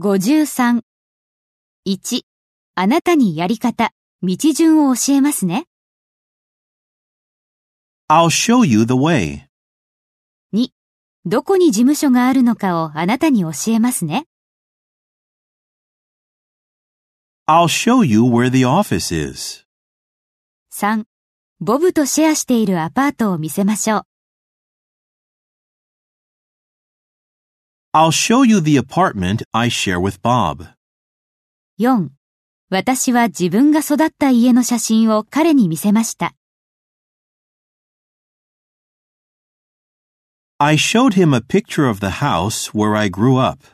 53.1. あなたにやり方、道順を教えますね。 I'll show you the way. どこに事務所があるのかをあなたに教えますね。 I'll show you where the office is. 3. ボブとシェアしているアパートを見せましょう。 I'll show you the apartment I share with Bob. 4. 私は自分が育った家の写真を彼に見せました。 I showed him a picture of the house where I grew up.